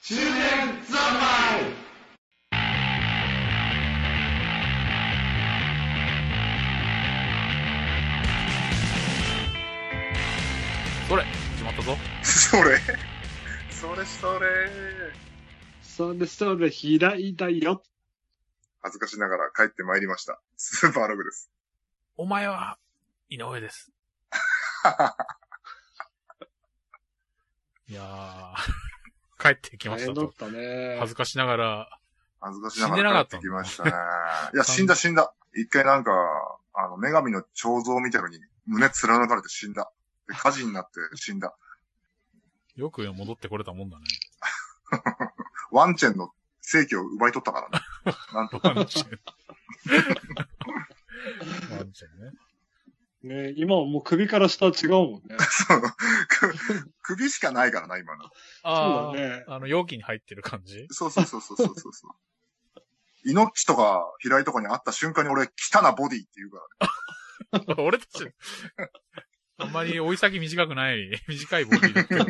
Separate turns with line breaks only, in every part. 中年三昧
それ決まったぞ
それそれそれ
それそれ開いたよ。
恥ずかしながら帰ってまいりました。スーパーログです。
お前は、井上です。いやー、 帰ってきま
大
した
変だっ
と。
たね。
恥ずかしながら、
恥ずかしながら帰ってきま したね。いや、
死
死
ん
ん
でなかったの
だ死んだ。一回なんか、あの、女神の彫像みたいのに胸貫かれて死んだ。で火事になって死んだ。
よく戻ってこれたもんだね。
ワンチェンの正規を奪い取ったから ね。なんと。
ワン ちゃん。ワンちゃんね。
ね今はもう首から下は違うもんね。
そうく首しかないからな、今の。
あ
そ
あ、
うだね。
あの、容器に入ってる感じ
そうそうそうそうそうそうそう。イノッチとか、平井とかに会った瞬間に俺、汚なボディって言うから。
俺たち、あんまり追い先短くない、 短いボディだけど。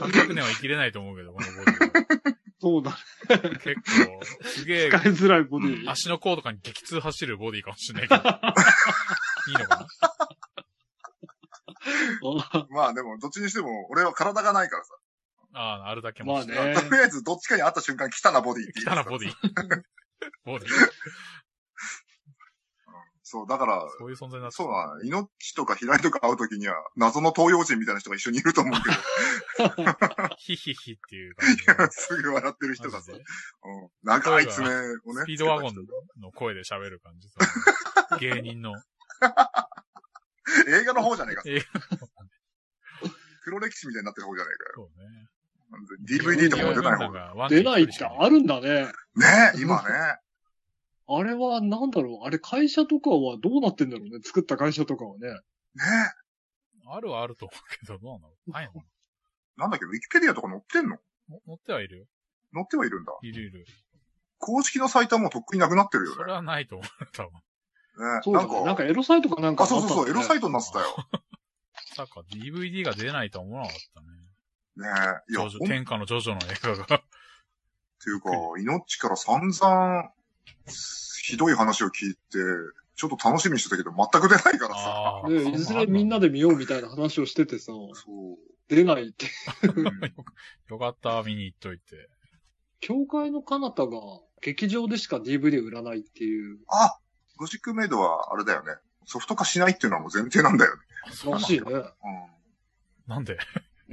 300年は生きれないと思うけど、このボディは。
そうだね。
結構、すげえ
使いづらいボディ。
足の甲とかに激痛走るボディかもしれないけ ど。いいのか
まあでも、どっちにしても、俺は体がないからさ。
なああ、あるだけ
ま
も
あ
して。
ね。
とりあえず、どっちかに会った瞬間、汚なボディって
汚
言う
なボデ ィ。ボディ。
そう、だから、
そういう存在になって
そうだな、命とか平井とか会うときには、謎の東洋人みたいな人が一緒にいると思うけ
ヒヒヒっていう感じの
ど、すぐ笑ってる人が
マ
さ、
ジで
うん、長い爪をね、
スピードワゴン
つ
の声で喋る感じ。その芸人の。
けた人映画の方じゃねえか
映。
黒歴史みたいになってる方じゃね
そうね。
えかよ。DVD とかも出ない方が。
方
出ないってあるんだね。
ねえ、今ね。
あれはなんだろう。あれ会社とかはどうなってんだろうね。作った会社とかはね。
ね
あるはあると思うけど、どうなのないのか
え。なんだっけ、ウィキペディアとか載ってんの
なの乗ってはいるよ。
載ってはいるんだ。
いるいる。
公式のサイトはもうとっくになくなってるよ
それ
ね。
はないと思う。多分。
ねえ
そうだね。なんかエロサイトかなんか
あ、そうそうそう、エロサ
イ
イトになってたよ。
さか DVD が出ないとは思わなかったね。
ねえ、い
ジ
や、
ョ
ほん
ジ
と
ョ天下のジョジョの映画が。
っていうか、命から散々、ひどい話を聞いて、ちょっと楽しみにしてたけど、全く出ないからさ。
ああ。
ね、いずれみんなで見ようみたいな話をしててさ、
そう。
出ないって。
うん
よかった、見に行っといて。
教会の彼方が劇場でしか DVD 売らないっていう
あ、ロジックメイドはあれだよね。ソフト化しないっていうのはもう前提なんだよね。
あそう
ら
な
しい
ん
ね
だ。なんで
う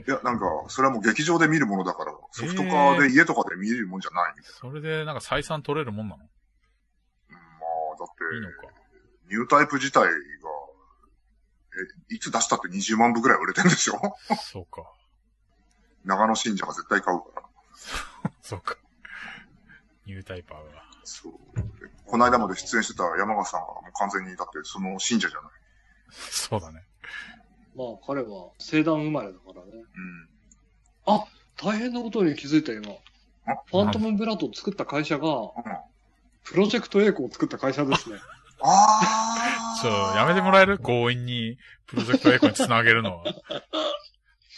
ん。いや、なんか、それはもう劇場で見るものだから、ソフト化で家とかで見れるもんじゃないみたい
それでなんか採算取れるもんなのい
な。うんまあ、だっ
いの
て、
か。
ニュータイプ自体が、え、いつ出したって20万部ぐらい売れてるんでしょ
そうか。
長野信者が絶対買うから。
そうか。ニュータイパーが。
そう。でこの間まで出演してた山川さんがもう完全に、だってその信者じゃない。
そうだね。
まあ彼は生団生まれだからね。
うん。
大変なことに気づいた今。ファントムブラッドを作った会社が、
うん
プロジェクトエイコを作った会社ですね。
ああ。
そう、やめてもらえる強引にプロジェクトエコにつなげるのは。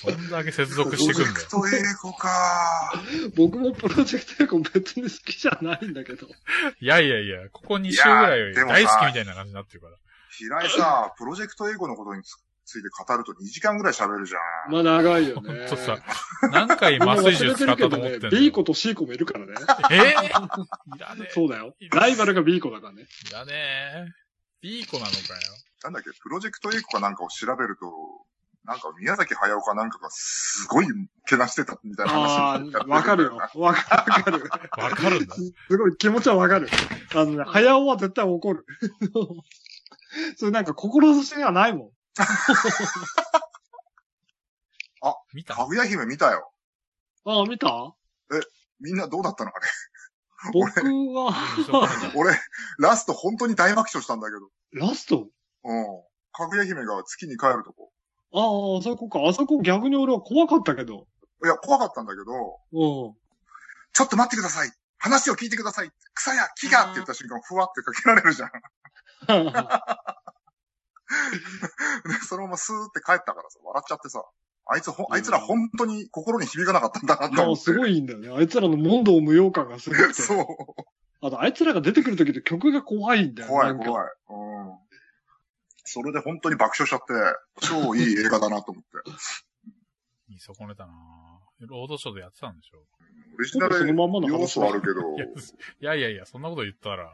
どんだけ接続してくんだよ。
プロジェクト英語か。
僕もプロジェクトエイコ別に好きじゃないんだけど。
いやいやいや、ここ2週ぐらい
いやでもさ
大好きみたいな感じになってるから。
平井さ、プロジェクト英語のことにつついて語ると2時間ぐらい喋るじゃん。
まあ長いよ
ほん
ね。
とさ、何回麻酔銃使ったと思ってん
ね
の。
B 子と C 子もいるからね。
えー、いらねえ。
そうだよ。ライバルが B 子だからね。
いらねえ。B 子なのかよ。
なんだっけ、プロジェクト英語かなんかを調べると、なんか宮崎駿かなんかがすごいけなしてたみたいな話
ああ、わかるよ。わかる。
わかるんだ。
すごい気持ちはわかる。あのね、早尾は絶対怒る。 それなんか志にはないもん。
見た
かぐや姫見たよ。
ああ、見た
みんなどうだったのかね。
僕は、
俺、ラスト本当に大爆笑したんだけど。
ラスト
うん。かぐや姫が月に帰るとこ。
ああ、あそこか。あそこ逆に俺は怖かったけど。
いや、怖かったんだけど、
うん。
ちょっと待ってください話を聞いてください草や木がって言った瞬間、ふわってかけられるじゃん。 で、そのままスーって帰ったからさ、笑っちゃってさ。あいつほ、あいつら本当に心に響かなかったんだなって
も
思っ
う
て。
すごいんだよね。あいつらの問答無用感がすごくて。
そう。
あと、あいつらが出てくるときって曲が怖いんだよね。
怖い
なんか
怖い。うん。それで本当に爆笑しちゃって、超いい映画だなと 思って。
見損ねたなぁロードショーでやってたんでしょ
オリジナル
まんま
要素はあるけど、
いやいやいやいや、そんなこと言ったら、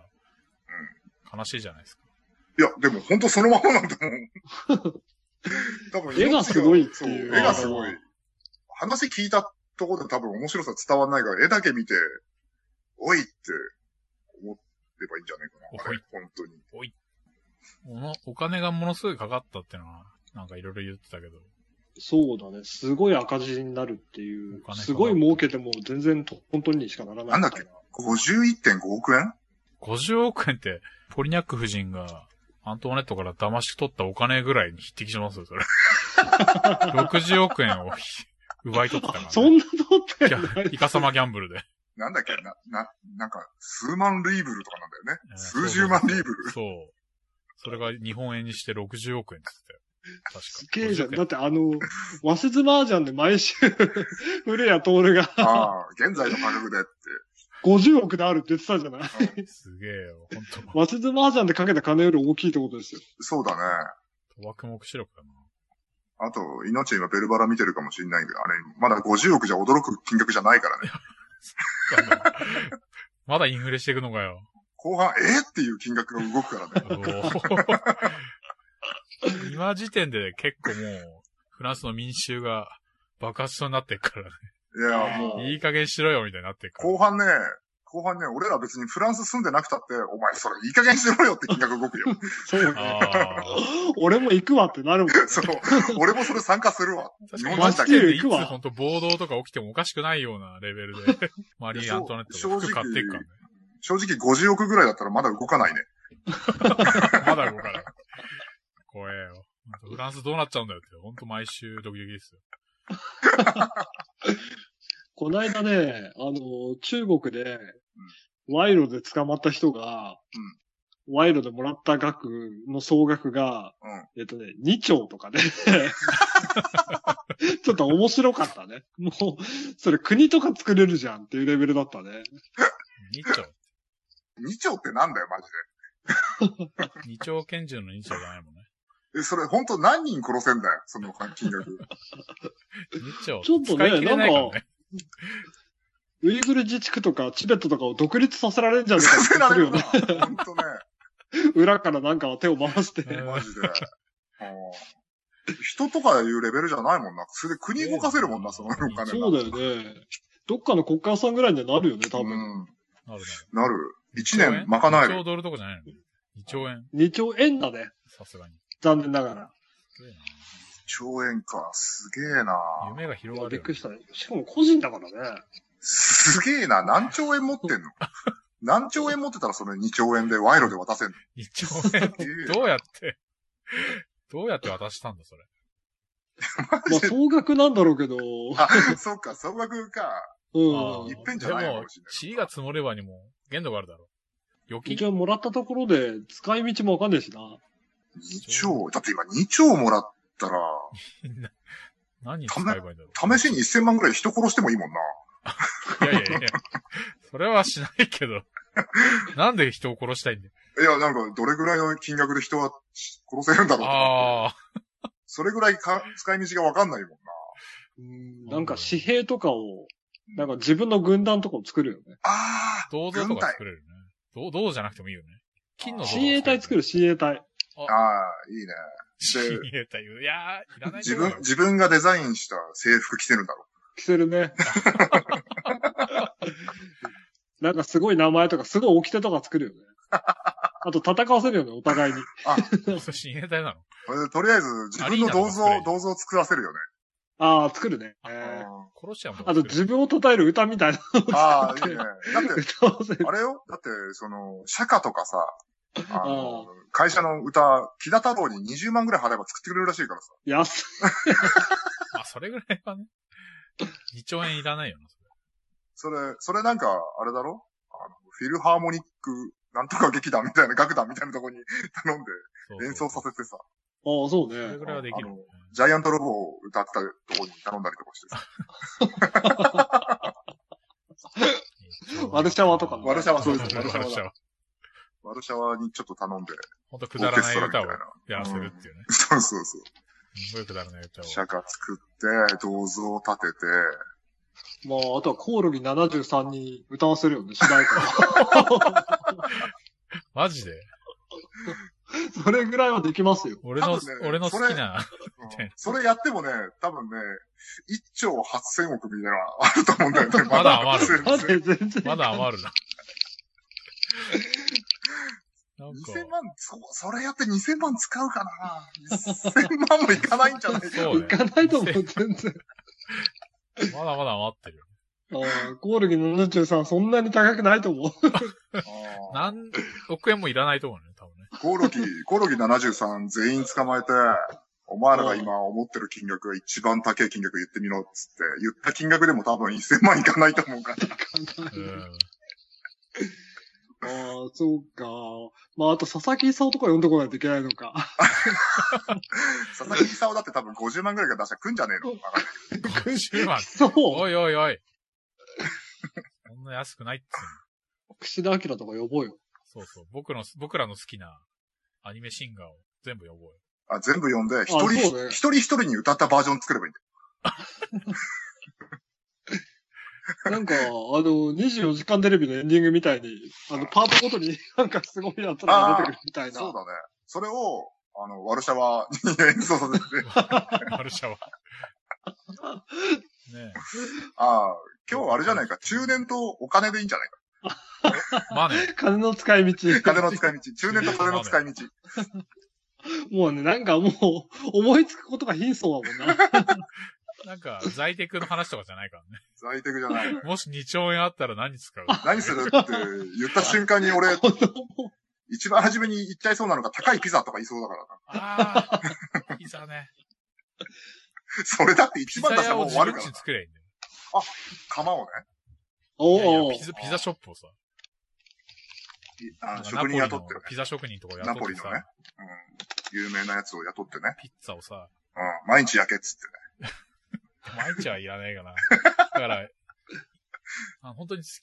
悲しいじゃないですか。
いや、でも本当そのままなんだもん。 多分
絵がすごいって
そう
いう
絵がすごい
あー。
話聞いたところで多分面白さ伝わんないから、絵だけ見て、おいって思ってばいいんじゃないかな。あ
お
れ
い、
本当に。
おのお金がものすごいかかったってのは、なんかいろいろ言ってたけど、
そうだね。すごい赤字になるっていう
お金か。かる
すごい儲けても全然と本当にしかならないみたい
なん51.5億円
50億円って、ポリニャック夫人が、アントワネットから騙し取ったお金ぐらいに匹敵しますよ、それ。60億円をひ奪い取ってたから、ね。
そんなことっ
い
て
や
ない。
イカサマギャンブルで。
なんだっけな、な、なんか、数万ルイブルとかなんだよ
え
ね。
ー
数十万リーブル。
そう。それが日本円にして60億円って言ってたよ。確か。
すげえじゃん。
50
だ
億
ってあの、和説麻雀で毎週、 古谷徹が
ああ、現在の価格でって。
50億であるって言ってたじゃない。
円すげえよ、本
和説麻雀でかけた金より大きいってことですよ。
そうだね。
当賭博目視力だな。
あと、命今ベルバラ見てるかもしれないけど、あれ、まだ50億じゃ驚く金額じゃないからね。
まだインフレしていくのかよ。
後半、えーっていう金額が動くからね。
おー 今時点で結構もう、フランスの民衆が爆発しそうになってるから
いや、もう、
ね。いい加減しろよ、みたいになってるから。
後半ね、後半ね、俺ら別にフランス住んでなくたって、お前それいい加減しろよって金額動く よ。
そうね。
ああ。
俺も行くわってなるもんね。
そう。俺もそれ参加するわ。
確かに、
日本
マ
人だ
ジ
け
でいつ
行くわ
本当暴動とか起きてもおかしくないようなレベル で、マリー・アントワネットが服買っていくからね。
正直50億ぐらいだったらまだ動かないね。
まだ動かない。怖えよ。ほんとフランスどうなっちゃうんだよって、ほんと毎週ドキドキですよ。
こないだね、あの、中国で、賄賂で捕まった人が、賄賂でもらった額の総額が、えっとね、2兆とかね。ちょっと面白かったね。もう、それ国とか作れるじゃんっていうレベルだったね。
二丁。
うん。2兆ってなんだよ、マジ
二丁拳銃の二丁じゃないもんね。
で。え、それ本当何人殺せんだよ、その金 額。
二丁。
ちょっとね
使い切れないからね。
ウイグル自治区とかチベットとかを独立させられるんじゃないか
さ
って
せ
気が
ら
す
れ
るよ
るな。本
ね。
当ね、
裏からなんか手を回して。
うん
マジで。うん人とかいうレベルじゃないもんな。それで国動かせるもんな、そのお金な
そうだよね。どっかの国家予算ぐらいにはなるよね、多
う
分。
ん。
なるね。
なる。1年まかなえ
二
る
兆。ドルとかじゃないの二兆円。
2兆円だね。
さすがに。
残念ながら。
すげえ
兆円か。すげえな。
な夢が広がる
びっ
よ
く
ね。
りしたね。しかも個人だからね。
すげえな。何兆円持ってん の何兆円持ってたらそれ2兆円で賄賂で渡せんの
二兆 円。どうやって、どうやって渡したんだ、それ。
まあ、総額なんだろうけど、
あ、そっか、総額か。
うん
い。っぺんじゃないのかもしれ
でも、
ない
地位が積もればにも限度があるだろう。預
一
金
応もらったところで、使い道もわかんないしな。
2兆。だって今2兆もらったら、
何に使えばいいんだろう。
試しに1000万ぐらい人殺してもいいもんな。
いやいやいや。それはしないけど。なんで人を殺したいん だよ。
いや、なんか、どれぐらいの金額で人は殺せるんだろうとか。
あ
それぐらいか使い道がわかんないもんな。
うん。なんか紙幣とかを、なんか自分の軍団とかを作るよね。
あ
あ、
ー、
銅像と
軍
か
隊。
作れるね。銅銅じゃなくてもいいよね。金の銅像とか
親衛隊作る、親衛隊。
ああー、いいね。
親衛隊。いやー、いらない
自
と思う
分
よ、
自分がデザインした制服着てるんだろ
着せるね。 なんかすごい名前とか、すごい掟とか作るよね。あと戦わせるよね、お互いに。
それ親衛隊なの
う。それでとりあえず、自分の銅像
アリーナのスプレー、
銅像作らせるよね。
ああ、作るね。
殺しちゃうもん。
あと自分を称える歌みたいな
ああ、いい ね。だって、
歌わせる。
あれよだって、その、釈迦とかさ、あの
あ、
会社の歌、木田太郎に20万ぐらい払えば作ってくれるらしいからさ。
安い
あ、それぐらいはね。2兆円いらないよな、それ
それ、それなんか、あれだろあの、フィルハーモニック、なんとか劇団みたいな、楽団みたいなとこに頼んで
そうそう
演奏させてさ。
ああ、そう
それ
ね。
ぐらいはできる。
あのジャイアントロボを歌ったとこに頼んだりとかしてさ。
ワルシャワとか
ワルシャワそうです
ワルシ
ワルシャ
ャワ。
ワルシャワにちょっと頼んで、
ほんとく
オ
だ
ー
ら
ケス
ない
トラみた
歌
い
を
な。
やらせるっていうね。
そうそうそう。
すごいくだらない歌を。
釈迦作って、銅像を立てて、
まあ、あとはコオロギ73に歌わせるよね、主題歌。
マジで
それぐらいはできますよ。
俺の、
多分ね
俺の好きな、
うんそれやってもね、多分ね、1兆8000億みたいなのあると思うんだよね。
まだ余る
まだ全然。
まだ余 るな。なんか、
2000万、そ、それやって2000万使うかな ?1000 万もいかないんじゃないか。
そう
い
ね。
かないと思う、全然。
まだまだ余ってる。
ああ、コオロギ73そんなに高くないと思う。
あー
何億円もいらないと思うね、多分ね。
コオロギ、コオロギ73全員捕まえて、お前らが今思ってる金額が一番高い金額言ってみろっつって、言った金額でも多分1000万いかないと思うから。
うん。
ああ、そうか。まあ、あと佐々木勲とか呼んでこないといけないのか。
佐々木勲だって多分50万ぐらいが出したら来んじゃねえのわかんない
50万。
そう。
おいおいおい。そんな安くないっつう
串田明とか呼ぼうよ。
の。そうそう。僕の、僕らの好きなアニメシンガーを全部呼ぼうよ。
あ全部読んで、一
そう
人、
ね
一人一人に歌ったバージョン作ればいいんだよ。
なんか、あの、24時間テレビのエンディングみたいに、あの、パートごとに なんかすごいやつらが出てくるみたいな。
そうだね。それを、あの、ワルシャワに演奏させて、
マルシャワ。ね
ああ、今日はあれじゃないか、中年とお金でいいんじゃないか。
え。まあね。
金の使い道。
金の使い道、中年と金の使い道。
もうね、なんかもう、思いつくことが貧相だもんな。
なんか、在宅の話とかじゃないからね。
在宅じゃない。
もし2兆円あったら何使う
何するって言った瞬間に俺、
子供
一番初めに言っちゃいそうなのが高いピザとか言いそうだからな。
ああ、ピザね。
それだって一
ピ
番
ザ
出したら
屋を
もう
自
終わる
分ち
からな
に。作ればいいんだよ。
釜をね、
お
いやい
お
やピザ、ピザショップをさ。
あの
ナポ
職
リの
人雇ってるね。
ピザ職人とか
ナ
雇っ
ポ
て
リ
さ
の、ね。うん。有名なやつを雇ってね。
ピッツァをさ、
うん。毎日焼けっつってね。
毎日はいらない かな。だから、あ本当にす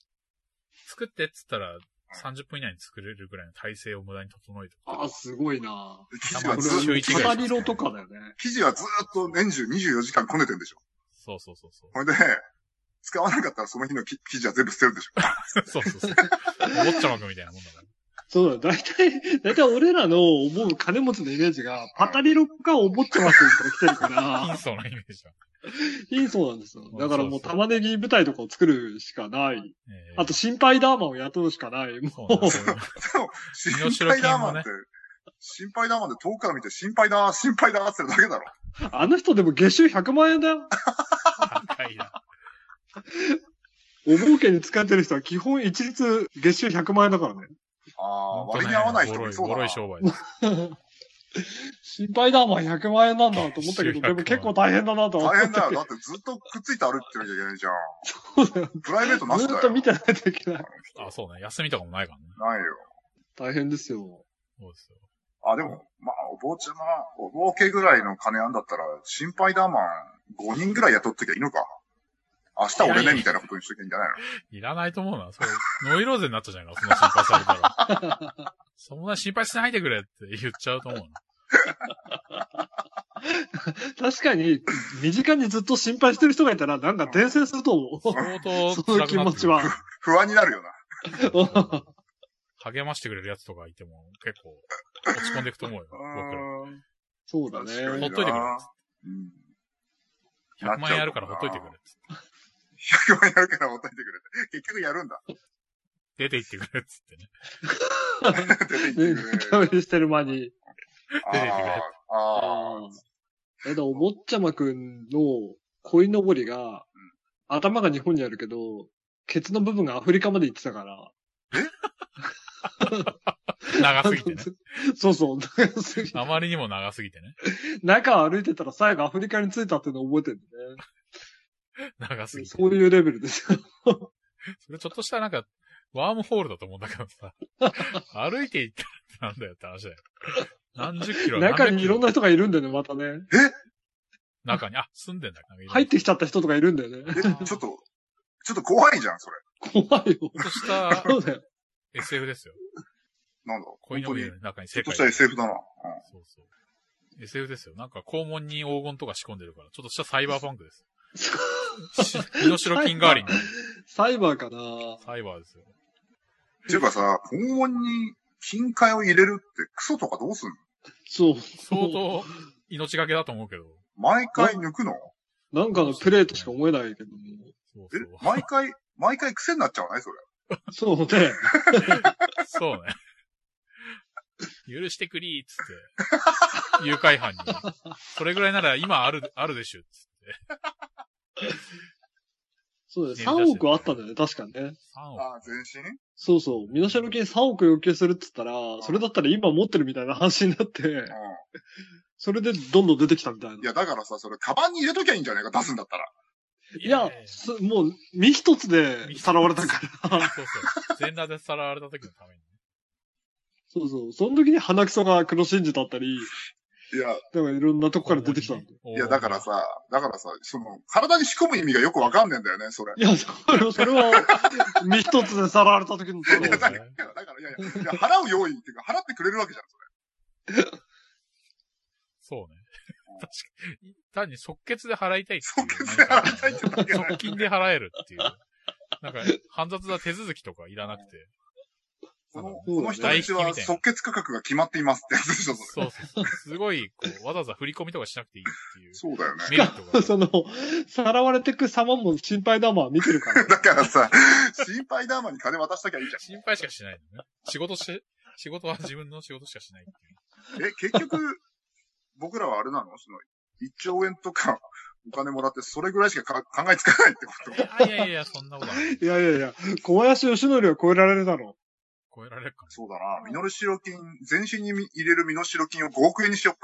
作ってっつったら、30分以内に作れるぐらいの体制を無駄に整えて。
あ、すごいな。
生
ま
地
こ
あ
は
れ
ず
週一ぐらい
語りろとかだよね。
生地はずーっと年中24時間こねてんでしょ。
そうそうそうそう。
ほんで、使わなかったらその日のき生地は全部捨てるでしょ。
そうそうそう。おっちゃまくみたいなもんだから。
そうだ、大体、大体俺らの思う金持ちのイメージが、パタリロかおぼっちゃまくんから来てるから、
貧相なイメージだ。
貧相なんですよ。だからもう玉ねぎ舞台とかを作るしかない。
えー
あと、心配ダーマンを雇うしかない。も
そう
う
なんですよ
心
身代
配
金
だ
も
ー
ね
って、心配だーマンって遠くから見て心配だー、心配だーって言ってるだけだろ。
あの人でも月収100万円だよ。
高いな。
お儲けに使ってる人は基本一律月収100万円だからね。
ああ、
ほんと
割
ね
に合わない人もいそう
ボロ
だな。
い
そ
商売 です。
心配だ、まあ100万円なんだと思ったけど、
100万
でも結構大変だなと思っ
大
た
変
けど
だよ。だってずっとくっついて歩いてなきゃいけないじゃん。
そうだよ
プライベートなし
ず
だよ。
っと見てないといけない。
あ、そうね。休みとかもないからね。
ないよ。
大変ですよ。
そうですよ。
あ、でも、まあ、お坊ちゃま、お坊けぐらいの金あんだったら、心配だーマン5人ぐらい雇っときゃいいのか。明日
い
俺
やいや
ね、みたいなことにしときゃいいんじゃないの
いらないと思うな。それ、ノイローゼになったじゃないか、そんな心配されたら。 そんな心配しないでくれって言っちゃうと思うな。
確かに、身近にずっと心配してる人がいたら、なんか転生すると 思う。
相当
そうい
辛
う
く
気
なっ
持
てく
ち
る
は。
不安になるよな。
励ましてくれるやつとかいても結構落ち込んでいくと思うよ、僕ら。
うーん
そうだ
確かに
ほ
ね
っ。といてくれっつっ
うん
て。100万円やるからほっといてくれっつって。
100万やるから持っといてくれて。結局やるんだ。
出て行ってくれっつってね。
出て行ってくれ。
ね、試してる間に。
あ
出て行ってくれ
ーあー。
えっと、おもっちゃまくんの鯉のぼりが、頭が日本にあるけど、ケツの部分がアフリカまで行ってたから。
長すぎてね。
そうそう、長すぎて
あまりにも長すぎてね。
中歩いてたら最後アフリカに着いたっていうのを覚えてるんで
長す
ね。
ぎて。
そういうレベルですよ。
それちょっとしたなんか、 ワームホールだと思うんだけどさ。歩いて行ったらってなんだよって話だよ。何十キロ
中にいろんな
人。
人がいるんだよね、またね。
中に、あ、住んでんだ。
入って
き
きちゃった人とかいるんだよね。
え、ちょっと、ちょっと怖いじゃん、それ。
怖いよ。
ちょっと した
そうだよ。
SF ですよ。
なんだろう
恋の
本当に、
家
ち
の中に
ょ
世
っと
界
した SF だな。うん。
そうそう。SF ですよ。なんか肛門に黄金とか仕込んでるから、ちょっとしたサイバーパンクです。し身代金代わりに。
サイバーかな
サイバーですよ。
っていうかさ、肛門に金塊を入れるってクソとかどうすんの
そう。
相当命がけだと思うけど。
毎回抜くの
なんかのプレーとしか思えないけども。
そう
え
そう。
毎回、毎回癖になっちゃわないそれ。
そうね。
そうね。許してくりーっつって。誘拐犯に。それぐらいなら今ある、あるでしゅっつって。
そうね。3億はあったんだよね、確かにね。
3億。
ああ、全身
そうそう。身代金3億要求するって言ったら、それだったら今持ってるみたいな話になって、
う
それでどんどん出てきたみたいな。
ん。いや、だからさ、それ、カバンに入れときゃいいんじゃないか、出すんだったら。
いや、すもう、身一つでさらわれたから。
そうそう。全裸でさらわれた時のために。
そうそう。その時に鼻くそが黒真珠だったり、
いや、
なんかいろんなとこから出てきたんだよ。
い
いや、だから。さ、だからさ、その、体に仕込む意味がよくわかんねえんだよね、それ。
いや、それは、それは、身一つでさらわれた時のた
そう
め
ね
に。
いや、だから、いやいや、いや払う用意っていうか、払ってくれるわけじゃん、そ
そうね。 確かに。単に即決で払いたいっていう。
即決で払いたいってだけだよ
即金で払えるっていう。なんか、煩雑な手続きとかいらなくて。
れ。この、
そう
この
だね
人たちは即決価格が決まっていますってやつでしょ、それ。
そうそう。すごい、こう、わざわざ振り込みとかしなくていいっていう。
そうだよね。
メリットが。
その、さらわれてく様も心配だもん見てるから。
だからさ、心配ダーマに金渡しときゃいいじ
心配しかしないのね。仕事して、仕事は自分の仕事しかしないっていう。
ゃん。え、結局、僕らはあれなのその、1兆円とかお金もらって、それぐらいしかか考えつかないってこと
あいやいやいや、そんなことない。
いやいやいや、小林義則は超えられるだ ろ
超えられるか
そうだな。身の代金、全身に入れる身の代金を5億円にしよっ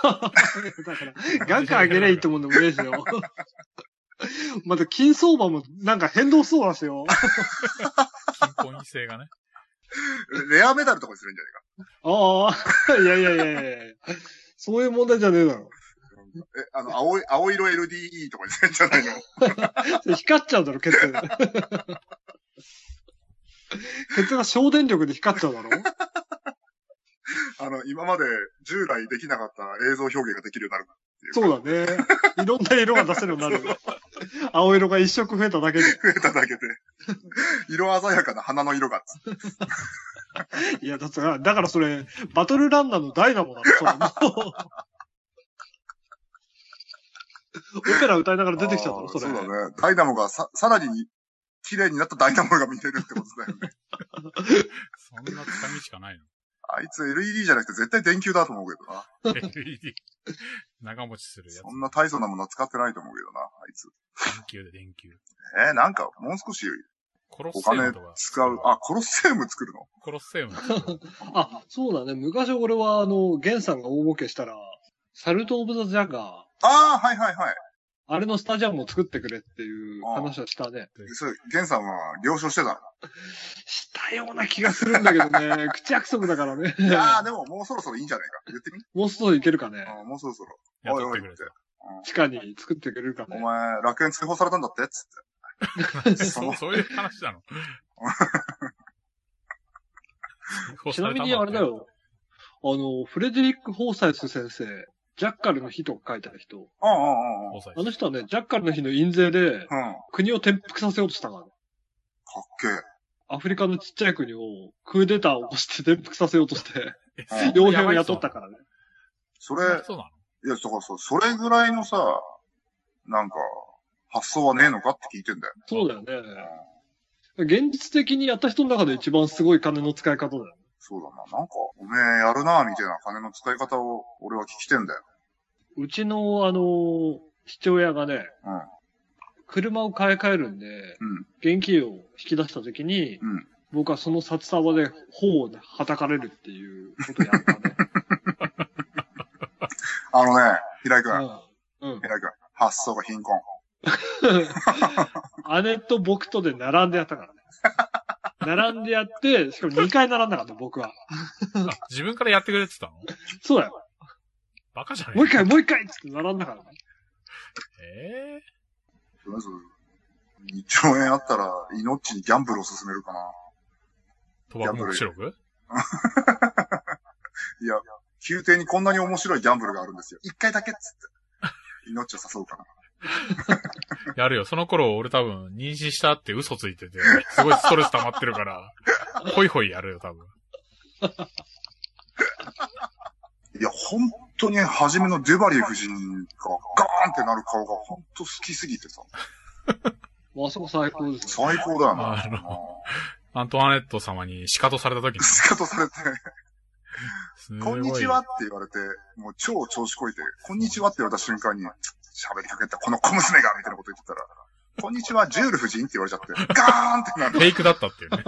か。
う。だから、額上げりゃいいってもんでもねえしよ。 また、金相場もなんか変動しそうだしよ。
な。貧困性がね。
レアメダルとかにするんじゃないか。
ああ、いやいやいやいやいやそういう問題じゃねえだろ。
え、あの、青い、青色 LDE とかにするんじゃないの
それ光っちゃうだろ、 ケツ。ケツが省電力で光っちゃうだろ。
あの、今まで従来できなかった映像表現ができるようになる。
そうだね。いろんな色が出せるよう になる。青色が一色増えただけで。
増えただけで。色鮮やかな花の色がつって。
いや、だから、だからそれ、バトルランナーのダイナモだろ、それ もう。オペラ歌いながら出てきちゃったの、
あ
そ
ー
れ。
そうだね。ダイナモがさ、さらに綺麗になったダイナモが見れるってことだよね。
そんな掴みしかないの。
あいつ LED じゃなくて絶対電球だと思うけどな。
LED。長持ちするやつ。
そんな大層なものは使ってないと思うけどな、あいつ。
電球で電球。
えーなんか、もう少し
殺
お
ロッセウ
金
ムとか。
使う。あ、コロッセウム作るの
コロッセウム。
あ、そうだね。昔俺は、あの、ゲンさんが大ボケしたら、サルト・オブ・ザ・ジャガー、
ああ、はいはいはい。
あれのスタジアムを作ってくれっていう話はしたね。
そう、ゲンさんは了承してたの。
したような気がするんだけ どね。口約束だからね。
いやーでももうそろそろいいんじゃないか。言ってみ。
もうすぐいけるかね。
あーもうそろそろ。
やっ
おい
とっ
おい
て
っ
くれ
て。
地下に作ってくれるか
お
ね。
前、楽園通報されたんだってっつっ
た。
て。
そう、そういう話 なの。
ちなみにあれだ。よ。あの、フレデリック・ホーサイス先生、ジャッカルの日とか書いた人。
うんうんうんうん。
交際
あの人はね、ジャッカルの日の印税で
うん。か
国を転覆させようとしたからね。
っけえ。
アフリカのちっちゃい国をクーデターを起こして転覆させようと して、
うん
傭兵を雇ったからね。
そ
こ
れ、いや、
そうなの
だからそう、それぐらいのさ、なんか、発想はねえのかって聞いてんだよね。
そうだよね。現実的にやった人の中で一番すごい金の使い方だよ。
そうだな。なんか、おめえやるな、みたいな金の使い方を、俺は聞きてんだよ。
うちの、あの、父親がね、
うん
車を買い替えるんで、
うん。
現金を引き出した時に、
うん
僕はその札束で頬をはたかれるっていうことやったね。
あのね、平井くん。
うん。うん。
平井くん。発想が貧困。
姉と僕とで並んでやったからね。 並んでやって、しかも2回並んなかった、僕は。
あ、自分からやってくれてたの
そうだよ。
バカじゃねえ
もう一回、もう一回っつって並んだからね。
え
とりあえず、2兆円あったら、命にギャンブルを勧めるかな。
ー、賭博目視録
いや、宮廷にこんなに面白いギャンブルがあるんですよ。一回だけっつって。命を誘うかな。
やるよ。その頃、俺多分、妊娠したって嘘ついてて、すごいストレス溜まってるから、ホイホイやるよ、多分。
いや、本当に初めのデュバリー夫人がガーンってなる顔が本当好きすぎてさ、
もうあそこ最高ですね。
最高だよな。
あのアントワネット様に仕方された 時に、
スカトされて、
すごい。
こんにちはって言われて、もう超調子こいて、こんにちはって言われた瞬間に、喋りかけたこの小娘がみたいなこと言ってたら、こんにちは、ジュール夫人って言われちゃって、ガーンってなる。
フェイクだったっていうね。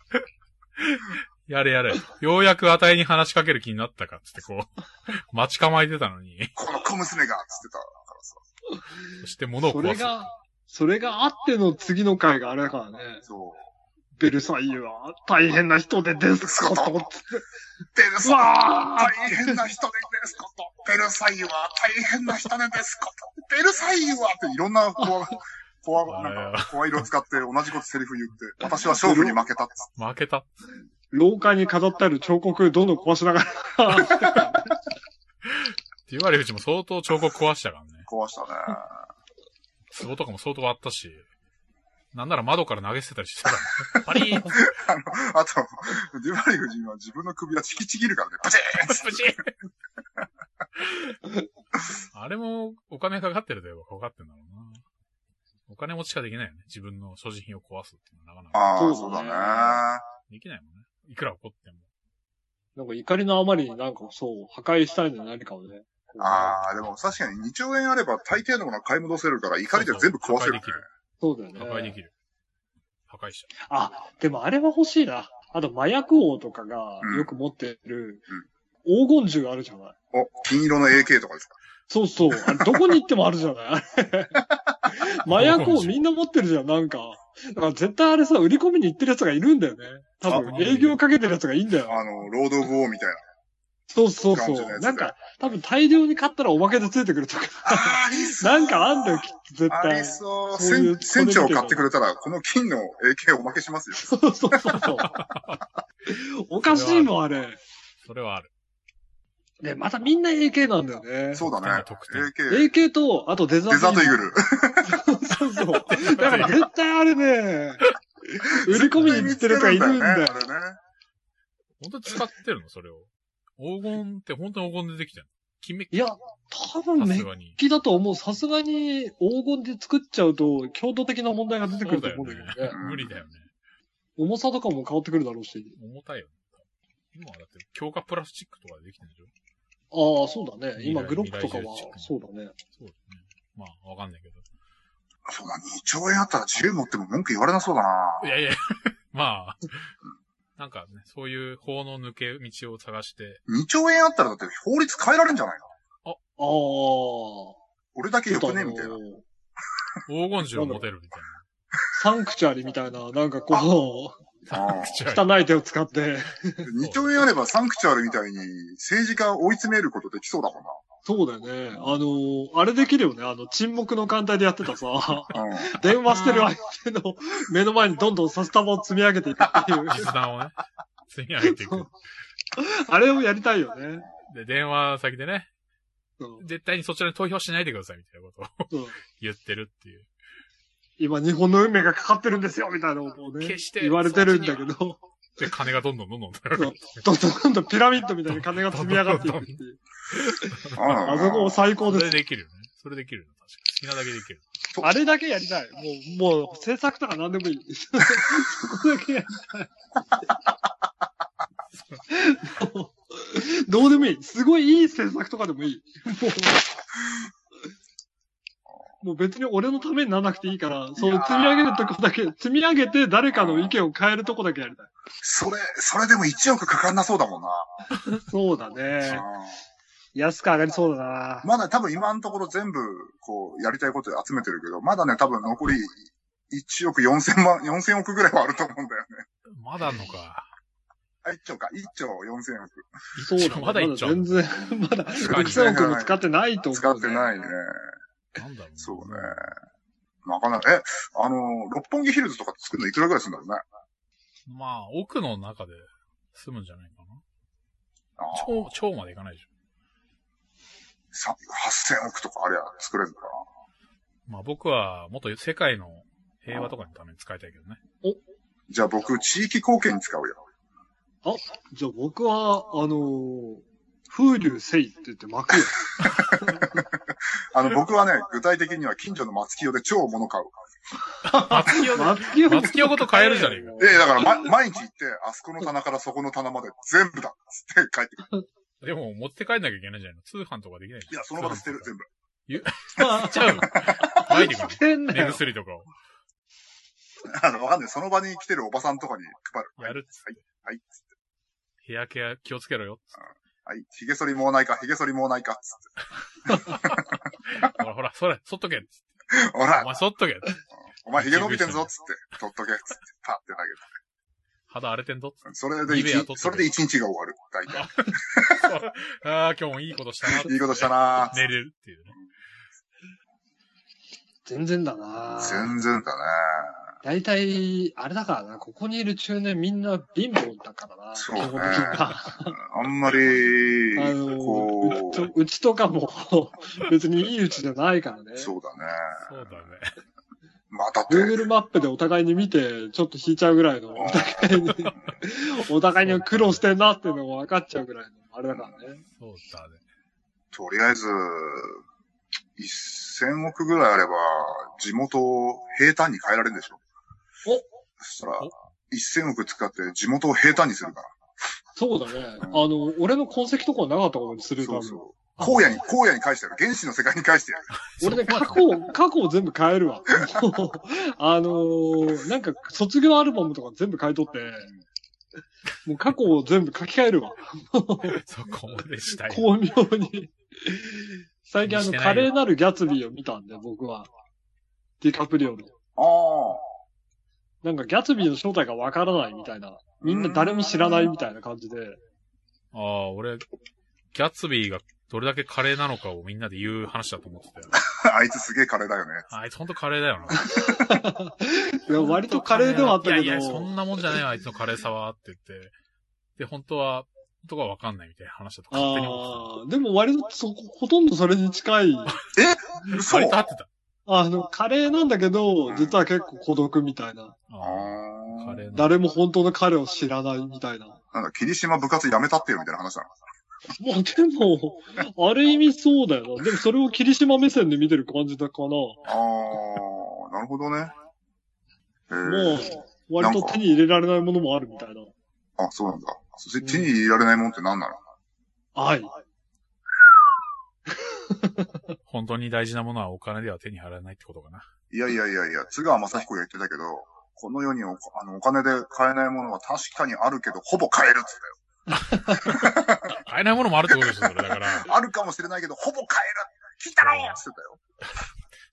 やれやれ。ようやく値に話しかける気になったかっつってこう、待ち構えてたのに、
この小娘がっつってたからさ。
そして物を
そ
壊
れ
す。
が、それがあっての次の回があれだからね。
そう。
ベルサイユは大変な人でですことっつって。
ベル
う
サイユ
わー
大変な人でですこと。ベルサイユは大変な人でですこと。ベルサイユはっていろんな、こわ、こわ、なんか、声色使って同じことセリフ言って、私は勝負に負けたっつって。
負けた。
廊下に飾ってある彫刻どんどん壊しながら。
デュアリフチも相当彫刻壊したからね。
壊したね。
壺とかも相当割ったし、なんなら窓から投げ捨てたりしてたもんね。パリーン
あと、デュバリー夫人は自分の首は引きちぎるからね。パチ ーン
プチあれもお金かかってるといえばかかってんだろうな。お金持ちしかできないよね。自分の所持品を壊すっていうのはなかなか
ああ、
そ
そうう
だ
だ
ね
ね。
できないもんね。いくら怒っても。
なんか怒りのあまりになんかそう、破壊したいんじゃ何かをね。
ああ、でも確かに2兆円あれば大抵のものは買い戻せるから怒りで全部壊せるね。
そうだよね。
破壊できる。破壊し
あ、でもあれは欲しいな。あと麻薬王とかが
うん
よく持ってる黄金銃あるじゃない。
お、金色の AK とかですか
そうそう。あれどこに行ってもあるじゃない 麻薬
黄金
王
銃
みんな持ってるじゃん、なんか。だから絶対あれさ、売り込みに行ってる奴がいるんだよね。多分
あ
営業かけてる奴がいいんだよ。
あの、ロード・オブ・ウォーみたいな。
そうそうそ
感じのや
う。
つ
な
だよ
んか、多分大量に買ったらおまけでついてくるとか。
ああ、いいっす
なんかあんだよ、きっと絶
あり
対。
そ
そ
う。
そういう
船船長買ってくれたら、この金の AK おまけしますよ。
うそうそ うそう。おかしいもん、あれ。
それはある。
で、またみんな AK なんだよね。
そうだね。
特典
AK、
AK と、あとデザー
デザー
ト
ト
イ
イ
ー
ーグ
グル。
ル。
そうそう。だから絶対あれね、売り込みに行ってる人がいるんだよ。
あれね。
本当に使ってるのそれを。黄金って本当に黄金でできてるの金メッ
い
キ
や、多分
さ
メ
す
ッ
がに。
キだと思う。さすがに黄金で作っちゃうと、強度的な問題が出てくると思うんだけどね。
うん
無理だよね。
重さとかも変わってくるだろうし。
重たいよね。今はだって強化プラスチックとかでできてるでしょ
ああ、そうだね。今、グ
未
ロ
来
ックとかは
未来重、視
そうだね。
そうだね。まあ、わかんないけど。
そうだ、2兆円あったら銃持っても文句言われなそうだな。
いやい や、まあ、なんかね、そういう法の抜け道を探して、
2兆円あったらだって法律変えられんじゃないの
ああ。
俺だけ
ちょ
よ
っと
く
あの
ねみたいな。
黄金銃を持てるみたい
サンクチュアリみたいな、なんかこう、
ああ
な。
汚い手を使って、
2兆円あればサンクチュアルみたいに政治家を追い詰めることできそうだもん
そうだよね。あの、あれできるよね。あの、沈黙の艦隊でやってたさ、
な。うん。
電話してる相手の目の前にどんどん札束を積み上げていくっ ていう、
実弾をね、積み上げていく。
あれをやりたいよね。
で、電話先でね、
そう
絶対にそちらに投票しないでくださいみたいなことを
そう
言ってるっていう。
今、日本の運命がかかってるんですよみたいなことをね
決し、て
言われてるんだけど、そう
で、金がどんどんどんどん。
どんどんどんどんピラミッドみたいに金が積み上がっていくって いう。あそこも最高
そ
です
れ。できるよね。それできるよね。確かに。好きなだけできる。
あれだけやりたい。もう、もう、制作とか何でもい い。そこだけやりたい。もうどうでもいい。すごいいい制作とかでもいい。もう、もう別に俺のためにならなくていいから、その積み上げるとこだけ、積み上げて誰かの意見を変えるとこだけやりたい。
それ、それでも1億かかんなそうだもんな。
そうだ
うん
ね。安く上がりそうだな。
まだ多分今のところ全部、こう、やりたいこと集めてるけど、まだね、多分残り1億4000万、4000億ぐらいはあると思うんだよね。
まだあんのか。
あ、1兆か。1兆4000億。
そうだ、ね、
まだ一丁
全然、まだ、6000億も使ってないと思う、
使ってないね。
なんだろう。
そうね。なかなか、え、あのー、六本木ヒルズとか作るのいくらぐらいするんだろうね。
まあ、奥の中で住むんじゃないかな。
ああ、
超、超までいかないでしょ。
さ8000億とかありゃ作れるのか
まあ僕は、もっと世界の平和とかのために使いたいけどね。
な。じゃあ僕、地域貢献に使うよ。
あ、じゃあ僕は、あのー風流せいって言って巻くよ。
あの、僕はね、具体的には近所の松清で超物買う。
松清
松木を
松清ごと買えるじゃねえか。
ええ、だから、ま、毎日行って、あそこの棚からそこの棚まで全部だっつって帰ってく
で
る。
も持って帰んなきゃいけないじゃないの。通販とかできないじゃん
いや、その場で捨てる、全部。
捨 てちゃう。巻いてくる。
てんだ
目
よ。
薬とかを。
あの、わかんない。その場に来てるおばさんとかに配る。
やるっつって。
はい。
ヘアケア気をつけろよっつっ。
はい。髭剃りもうないか、髭剃りもうないか、つって
ほらほら、それ、そっとけっつって。
て。ほ
お
ら、
前そっとけっつって。
お前髭伸びてんぞ、つって。取っとけ、つって。パって投げる。
肌荒れてんぞっつっ
それで
リベア取っ
一
とけ
日、それで一日が終わる。大体。
て。ああ、今日もいいことしたなっつって。
いいことしたな
寝れるっていうね。
全然だな
全然だね。
大体、あれだからな、ここにいる中年みんな貧乏だからな。
そうね
基本的にな
あんまり、
あのー
こ
うちと、うちとかも、 別にいいうちじゃないからね
う、。そうだね。
そうだね。
まあ、だって、
Google マップでお互いに見て、ちょっと引いちゃうぐらいの、お互いに、お互いに苦労してんなっていうのも分かっちゃうぐらいの、あれだからね。
そうだね。
とりあえず、1000億ぐらいあれば、地元を平坦に変えられるんでしょ。
お
そしたら
お、
1000億使って地元を平坦にするから。
そうだね。あの、俺の痕跡とかはなかったことにする、
そ
多
う
分。
そう。荒野に、荒野に返してやる。原始の世界に返してやる。
俺ね、過去を、過去を全部変え るわ。あのー、なんか、卒業アルバムとか全部変えとって、もう過去を全部書き換えるわ。
そこまでしたい。
巧妙に。最近あ
し
の、
てないよ
華麗なるギャツビーを見たんで、僕は。ディカプリオの。
ああ。
なんかギャツビーの正体がわからないみたいな。みんな誰も知らないみたいな感じで。
ああ、俺、ギャッツビーがどれだけカレーなのかをみんなで言う話だと思ってた よ。
あいつすげえ彼だよね。
あいつほんとカレーだよな。
いや、割と華麗ではあったけど。
いやいや、そんなもんじゃねえよ、あいつのカレーさは、って言って。で、本当は、本当はわかんないみたいな話だと勝手に思っ
ああ、でも割とそこ、ほとんどそれに近い。
てた。
嘘
割と合ってた。
あの、カレーなんだけど、実は結構孤独みたいな。
あ
ああ、カ
あ。
レーの。
誰も本当の彼を知らないみたいな。
なんだ、霧島部活辞めたってよみたいな話なの。
まあでも、ある意味そうだよな。でもそれを霧島目線で見てる感じだかな。も
ああ、なるほどね。え
う
ー、、
割と手に入れられないものもあるみたいな。
あ、そうなんだ。そして手に入れられないもんって何なの
愛。
本当に大事なものはお金では手に入らないってことかな。
いやいやいやいや、津川雅彦が言ってたけど、この世におあのお金で買えないものは確かにあるけど、ほぼ買えるって言っ
買えないものもあるってことですよ、それだから。
た
ちょ
よ。あるかもしれないけど、ほぼ買える聞いたろって言ってたよ。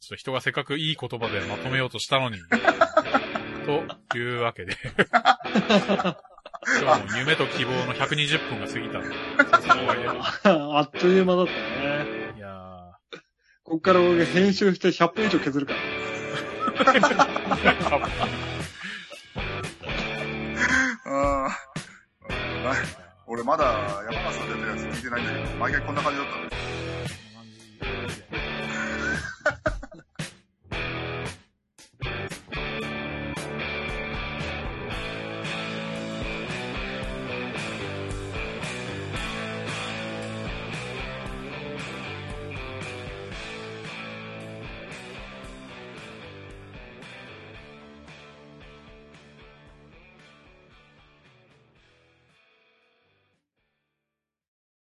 っと人がせっかくいい言葉でまとめようとしたのに。というわけで。今日も夢と希望の120分が過ぎたんで。そろそろ終わりで
あっという間だったね。
いやー。
こっから俺が編集して100分以上削るから。
あーあー。俺まだ山笠出てるやつ聞いてないんだけど、毎回こんな感じだったの。